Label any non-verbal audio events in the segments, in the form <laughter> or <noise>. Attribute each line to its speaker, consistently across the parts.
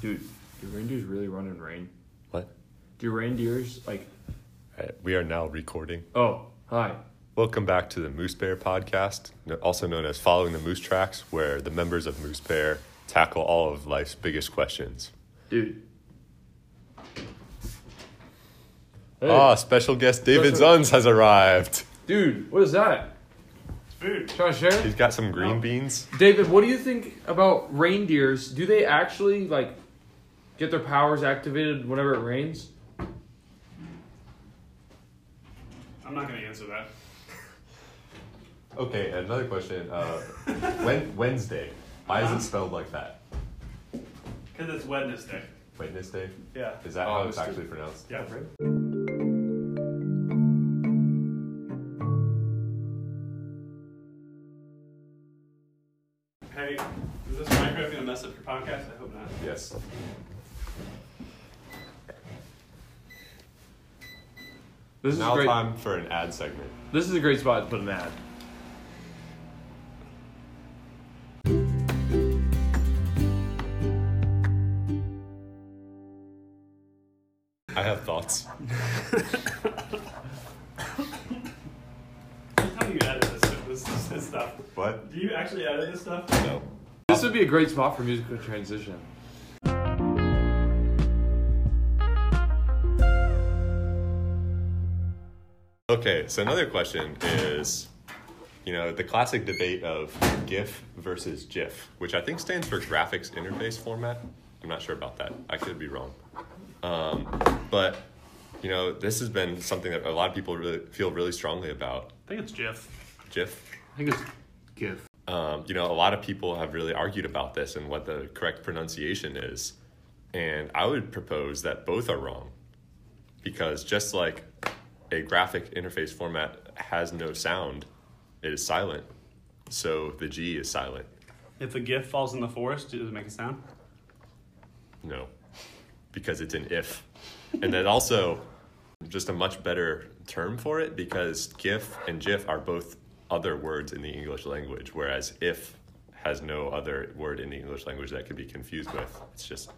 Speaker 1: Dude, do reindeers really run in rain?
Speaker 2: What?
Speaker 1: Do reindeers like?
Speaker 2: All right, we are now recording.
Speaker 1: Oh, hi.
Speaker 2: Welcome back to the Moose Bear podcast, kn- also known as Following the Moose Tracks, where the members of Moose Bear tackle all of life's biggest questions.
Speaker 1: Dude. Hey,
Speaker 2: Ah, special guest David
Speaker 1: Special-
Speaker 2: Zuns has arrived.
Speaker 1: dude, what is that?
Speaker 3: Food.
Speaker 1: Trying to share?
Speaker 2: He's got some green beans.
Speaker 1: David, what do you think about reindeers? Do they actually like get their powers activated whenever it rains?
Speaker 3: I'm not gonna answer that.
Speaker 2: Okay, and another question. Uh, when Wednesday? Why is it spelled like that?
Speaker 3: Cause it's Wednesday.
Speaker 2: Wednesday?
Speaker 3: Yeah.
Speaker 2: Is that
Speaker 1: how it's actually
Speaker 2: pronounced?
Speaker 3: Yeah. Hey, is this micro gonna mess up your podcast? I hope not.
Speaker 2: Yes.
Speaker 1: This is a great.
Speaker 2: time for an ad segment.
Speaker 1: This is a great spot to put an ad.
Speaker 2: I have thoughts.
Speaker 3: How do you edit this, this, <laughs> this stuff?
Speaker 2: What?
Speaker 3: Do you actually edit this stuff?
Speaker 2: No.
Speaker 1: This would be a great spot for musical transition.
Speaker 2: Okay, so another question is, you know, the classic debate of GIF versus GIF, which I think stands for Graphics Interface Format. I'm not sure about that. I could be wrong. Um, but, you know, this has been something that a lot of people really feel really strongly about
Speaker 3: I think it's Jeff.
Speaker 2: GIF.
Speaker 1: I think it's GIF.
Speaker 2: Um, you know, a lot of people have really argued about this and what the correct pronunciation is. And I would propose that both are wrong because just like a graphic interface format has no sound, it is silent. So the G is silent.
Speaker 3: If a GIF falls in the forest, does it make a sound?
Speaker 2: No, because it's an if. And then also, just a much better term for it because GIF and GIF are both other words in the English language, whereas if has no other word in the English language that could be confused with. It's just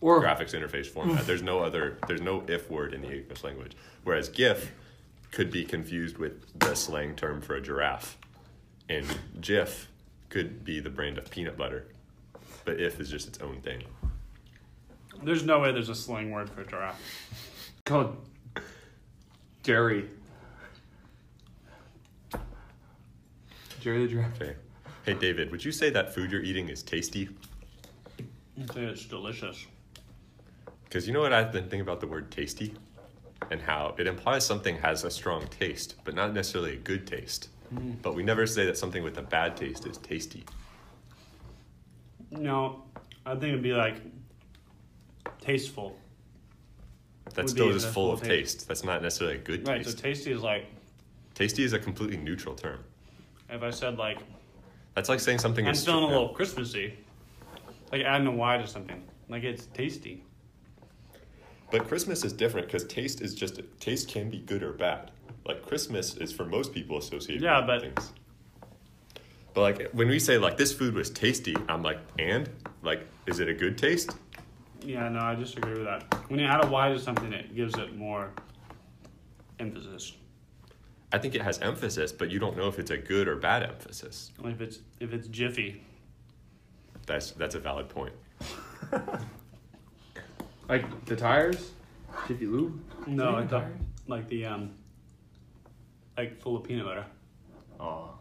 Speaker 1: Or
Speaker 2: graphics interface format. There's no other, there's no if word in the English language, whereas GIF could be confused with the slang term for a giraffe. And GIF could be the brand of peanut butter, but if is just its own thing.
Speaker 3: There's no way there's a slang word for giraffe.
Speaker 1: called Jerry. Jerry the giraffe.
Speaker 2: Okay. Hey, David, would you say that food you're eating is tasty?
Speaker 3: I'd say it's delicious.
Speaker 2: Because you know what I've been thinking about the word tasty and how it implies something has a strong taste, but not necessarily a good taste.
Speaker 3: Hmm.
Speaker 2: But we never say that something with a bad taste is tasty.
Speaker 3: No, I think it'd be like tasteful. Would
Speaker 2: That's still
Speaker 3: be
Speaker 2: just
Speaker 3: the
Speaker 2: full
Speaker 3: full
Speaker 2: of taste.
Speaker 3: taste.
Speaker 2: That's not necessarily a good
Speaker 3: Right, so
Speaker 2: taste.
Speaker 3: tasty is like
Speaker 2: tasty is a completely neutral term.
Speaker 3: if I said like
Speaker 2: That's like saying something
Speaker 3: I'm
Speaker 2: is
Speaker 3: feeling a
Speaker 2: stupid.
Speaker 3: little Christmassy, like adding a Y to something, like it's tasty.
Speaker 2: But Christmas is different because taste is just taste can be good or bad. Like Christmas is for most people associated
Speaker 3: Yeah,
Speaker 2: with
Speaker 3: but-
Speaker 2: things. But like when we say like this food was tasty, I'm like, and like, is it a good taste?
Speaker 3: Yeah, no, I disagree with that. When you add a Y to something, it gives it more emphasis.
Speaker 2: I think it has emphasis, but you don't know if it's a good or bad emphasis.
Speaker 3: Like if it's if it's jiffy,
Speaker 2: That's that's a valid point.
Speaker 1: Like the tires? Jiffy Lube?
Speaker 3: no,
Speaker 1: Is
Speaker 3: like
Speaker 1: it
Speaker 3: the,
Speaker 1: tires?
Speaker 3: like the um, like full of peanut butter.
Speaker 1: Oh.
Speaker 2: All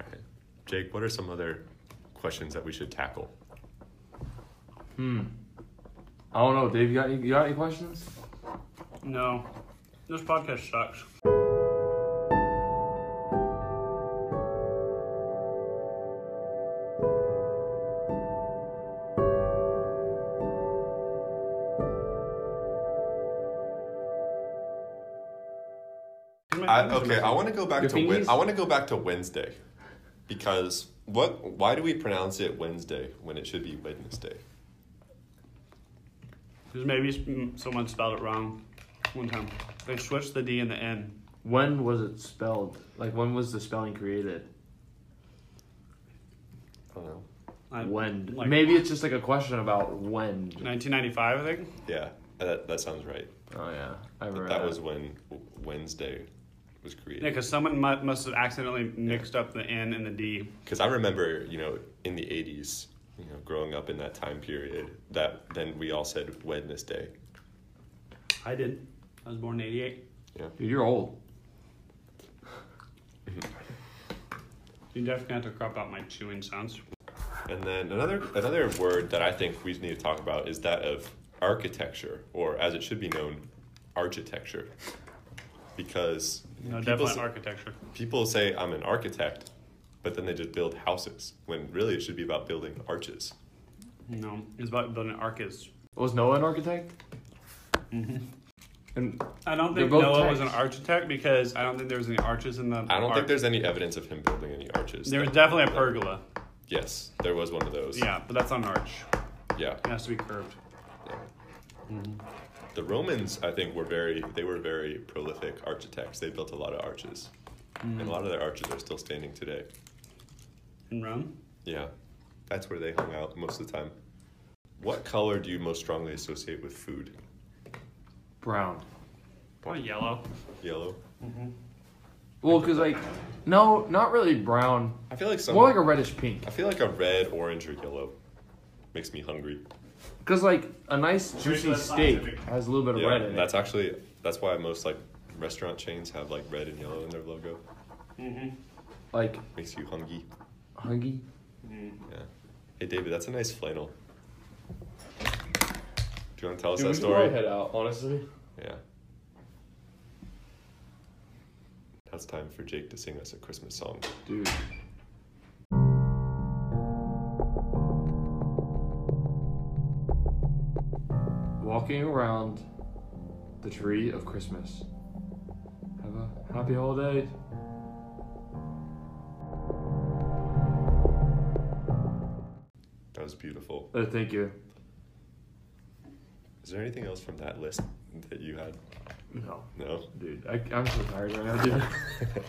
Speaker 2: right. Jake, what are some other questions that we should tackle?
Speaker 1: Hmm. I don't know, Dave. You got any, you got any questions?
Speaker 3: No, this podcast sucks.
Speaker 2: I, okay, I want to go back
Speaker 1: Your
Speaker 2: to Wed-
Speaker 1: fingers?
Speaker 2: I want to go back to Wednesday because what? Why do we pronounce it Wednesday when it should be Wednesday?
Speaker 3: Because maybe s- someone spelled it wrong one time. They switched the D and the N.
Speaker 1: When was it spelled? Like, when was the spelling created?
Speaker 2: I don't know.
Speaker 3: I-
Speaker 1: When?
Speaker 3: like-
Speaker 1: Maybe it's just like a question about when.
Speaker 3: 1995, I think.
Speaker 2: Yeah, that, that sounds right.
Speaker 1: Oh yeah, I
Speaker 2: But
Speaker 1: remember
Speaker 2: that was when Wednesday was
Speaker 3: Yeah,
Speaker 2: created.
Speaker 3: because someone mu- must have accidentally mixed up the N and the D.
Speaker 2: Because I remember, you know, in the 80s, you know, growing up in that time period, that then we all said Wednesday.
Speaker 3: I did. I was born in 88.
Speaker 1: Dude, you're old.
Speaker 3: You definitely have to crop out my chewing sounds.
Speaker 2: And then another another word that I think we need to talk about is that of architecture, or as it should be known, architecture. Because
Speaker 3: No,
Speaker 2: people,
Speaker 3: definitely
Speaker 2: s-
Speaker 3: architecture.
Speaker 2: people say I'm an architect, but then they just build houses when really it should be about building arches.
Speaker 3: No, it's about building arches.
Speaker 1: Was Noah an architect? Mm-hmm. And
Speaker 3: I don't
Speaker 1: They're both
Speaker 3: think Noah was an
Speaker 1: types.
Speaker 3: architect because I don't think there was any arches in the.
Speaker 2: I don't
Speaker 3: arc.
Speaker 2: think there's any evidence of him building any arches.
Speaker 3: There was
Speaker 2: though.
Speaker 3: definitely a pergola.
Speaker 2: Yes, there was one of those.
Speaker 3: Yeah, but that's not an arch.
Speaker 2: Yeah.
Speaker 3: It has to be curved.
Speaker 2: The Romans, I think, were very they were very prolific architects. They built a lot of arches, and
Speaker 1: Mm.
Speaker 2: a lot of their arches are still standing today.
Speaker 3: In Rome,
Speaker 2: Yeah, that's where they hung out most of the time. What color do you most strongly associate with food?
Speaker 1: Brown.
Speaker 3: probably yellow.
Speaker 2: Yellow.
Speaker 1: Well, because like, no, not really brown.
Speaker 2: I feel like some.
Speaker 1: More like a reddish pink.
Speaker 2: I feel like a red, orange, or yellow makes me hungry.
Speaker 1: Because like a nice juicy
Speaker 3: less
Speaker 1: steak
Speaker 3: scientific.
Speaker 1: has a little bit of
Speaker 2: Yeah,
Speaker 1: red eh? in it.
Speaker 2: that's actually that's why most like restaurant chains have like red and yellow in their logo.
Speaker 1: Like
Speaker 2: Makes you hungry.
Speaker 1: hungry.
Speaker 2: Yeah. Hey David, that's a nice flannel. Do you want to tell us that
Speaker 1: we
Speaker 2: story?
Speaker 1: head out honestly.
Speaker 2: Yeah. Now it's time for Jake to sing us a Christmas song.
Speaker 1: Dude. Walking around the tree of Christmas. Have a happy holiday.
Speaker 2: That was beautiful.
Speaker 1: Oh, thank you.
Speaker 2: Is there anything else from that list that you had?
Speaker 1: No,
Speaker 2: No?
Speaker 1: dude, I, I'm so tired right now, dude.